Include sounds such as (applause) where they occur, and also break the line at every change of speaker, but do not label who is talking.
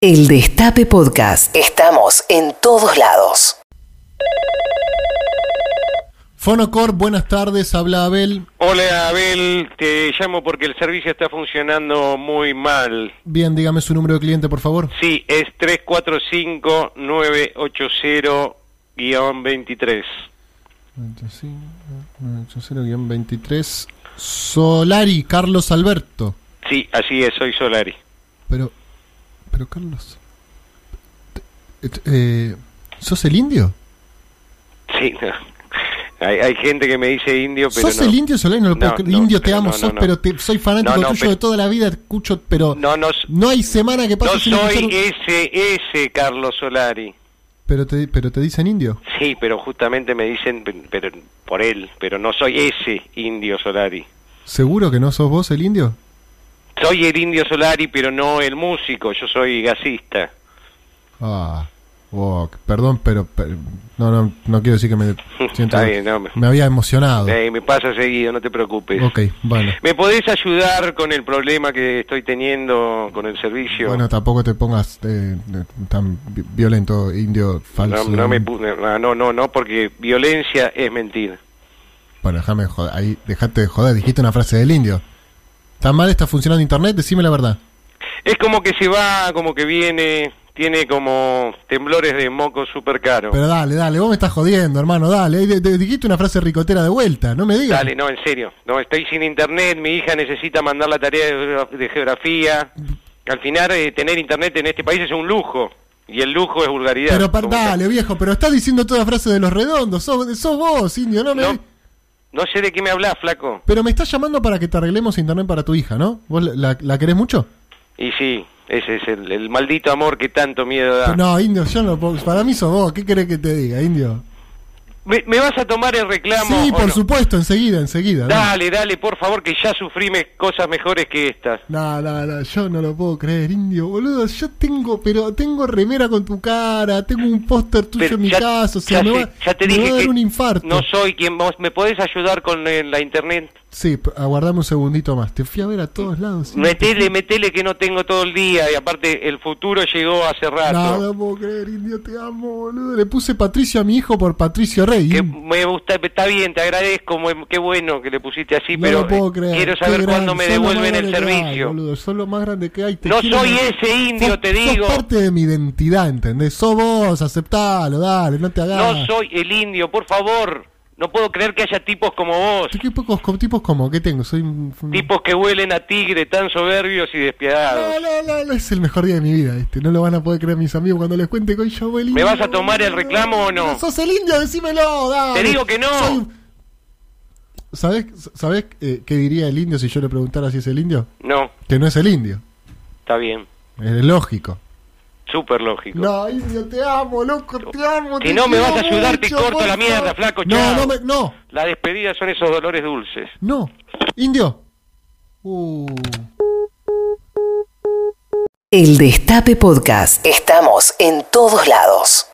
El Destape Podcast. Estamos en todos lados.
Fonocor, buenas tardes, habla Abel.
Hola Abel, te llamo porque el servicio está funcionando muy mal.
Bien, dígame su número de cliente, por favor.
Sí, es 345-980-23.
25-980-23 Solari, Carlos Alberto.
Sí, así es, soy Solari.
Pero, pero Carlos, te- et- eh, ¿sos el indio?
Sí, no. Hay, hay gente que me dice indio, pero
¿Sos
no.
el indio Solari? No lo puedo
No,
creer.
no,
indio, te
pero
amo,
no, no,
sos,
no.
pero te- soy fanático
No, no,
tuyo
pero-
de toda la vida, escucho, pero no,
No, no,
hay semana que pase
no
sin
soy
escuchar-
SS Carlos Solari.
Pero te, pero te dicen indio.
Sí, pero justamente me dicen pe- pero por él, pero no soy ese indio Solari.
¿Seguro que no sos vos el indio?
Soy el indio Solari, pero no el músico, yo soy gasista.
Ah, oh, perdón, pero, pero- no, no, no quiero decir que
(laughs)
me siento.
Está bien, no, me- pues.
me había emocionado.
Eh, me pasa seguido, no te preocupes.
Ok, bueno.
¿Me podés ayudar con el problema que estoy teniendo con el servicio?
Bueno, tampoco te pongas eh, eh, tan vi- violento, indio
no,
falso.
no, me pu- no, no, no, no, porque violencia es mentir.
Bueno, déjame de joder, ahí, dejate de joder, dijiste una frase del indio. ¿Tan mal está funcionando internet? Decime la verdad.
Es como que se va, como que viene, tiene como temblores de moco súper caro.
Pero dale, dale, vos me estás jodiendo, hermano, dale. Ahí de- de- dijiste una frase ricotera de vuelta, no me digas.
Dale, no, en serio. No, estoy sin internet, mi hija necesita mandar la tarea de- de geografía. Al final, eh, tener internet en este país es un lujo. Y el lujo es vulgaridad.
Pero par-
Como-
dale, viejo, pero estás diciendo toda frase de los redondos. Sos, sos vos, indio, no me.
No, no sé de qué me hablas, flaco.
Pero me estás llamando para que te arreglemos internet para tu hija, ¿no? ¿Vos la, la- la querés mucho?
Y sí, ese es el, el maldito amor que tanto miedo da.
No, indio, yo no puedo. Para mí sos vos, ¿qué querés que te diga, indio?
¿Me, me vas a tomar el reclamo?
Sí,
o
por
no?
supuesto, enseguida, enseguida. ¿no?
Dale, dale, por favor, que ya sufrí me- cosas mejores que estas.
No, no, no, yo no lo puedo creer, indio, boludo. Yo tengo, pero tengo remera con tu cara, tengo un póster tuyo
Pero
en mi
ya-
casa, o sea,
ya
me
sé,
va,
ya te
me va
dije
a dar
que
un infarto.
No soy quien vos. ¿Me podés ayudar con eh, la internet?
Sí, p- aguardame un segundito más. Te fui a ver a todos lados. indio.
Metele, metele que no tengo todo el día. Y aparte, el futuro llegó hace
No,
rato.
no puedo creer, indio, te amo, boludo. Le puse Patricio a mi hijo por Patricio Rey.
Que
indio.
me gusta, está bien, te agradezco. mu- Qué bueno que le pusiste así,
No
pero
lo puedo
eh,
creer.
quiero
qué
saber
gran-
cuándo me
sos lo más
devuelven el
grande que hay,
servicio.
boludo, sos lo más grande que hay. te
no
quiero
soy
mucho.
ese indio,
Sos-
te digo.
Sos parte de mi identidad, ¿entendés? Sos vos, aceptalo, dale, no te hagas.
No soy el indio, por favor. No puedo creer que haya tipos como vos.
¿Qué pocos co- tipos como? ¿Qué tengo? Soy un... un-
Tipos que huelen a tigre tan soberbios y
No,
despiadados.
no, no, no, es el mejor día de mi vida este. No lo van a poder creer mis amigos cuando les cuente que hoy yo voy el
¿Me
indio,
vas a tomar el
boludo.
reclamo o no?
¡Sos el indio! ¡Decímelo! Dale.
Te digo que no.
Soy un- ¿Sabés, sabés eh, qué diría el indio si yo le preguntara si es el indio?
No,
Que no es el indio.
está bien.
Es lógico.
Súper lógico.
No, indio, te amo, loco, te amo.
Si
te
no me
quiero
vas a ayudar, te
mucho,
corto
por
la mierda,
favor.
flaco,
No,
chao.
no, me- no,
Las despedidas son esos dolores dulces.
no. Indio. Uh.
El Destape Podcast. Estamos en todos lados.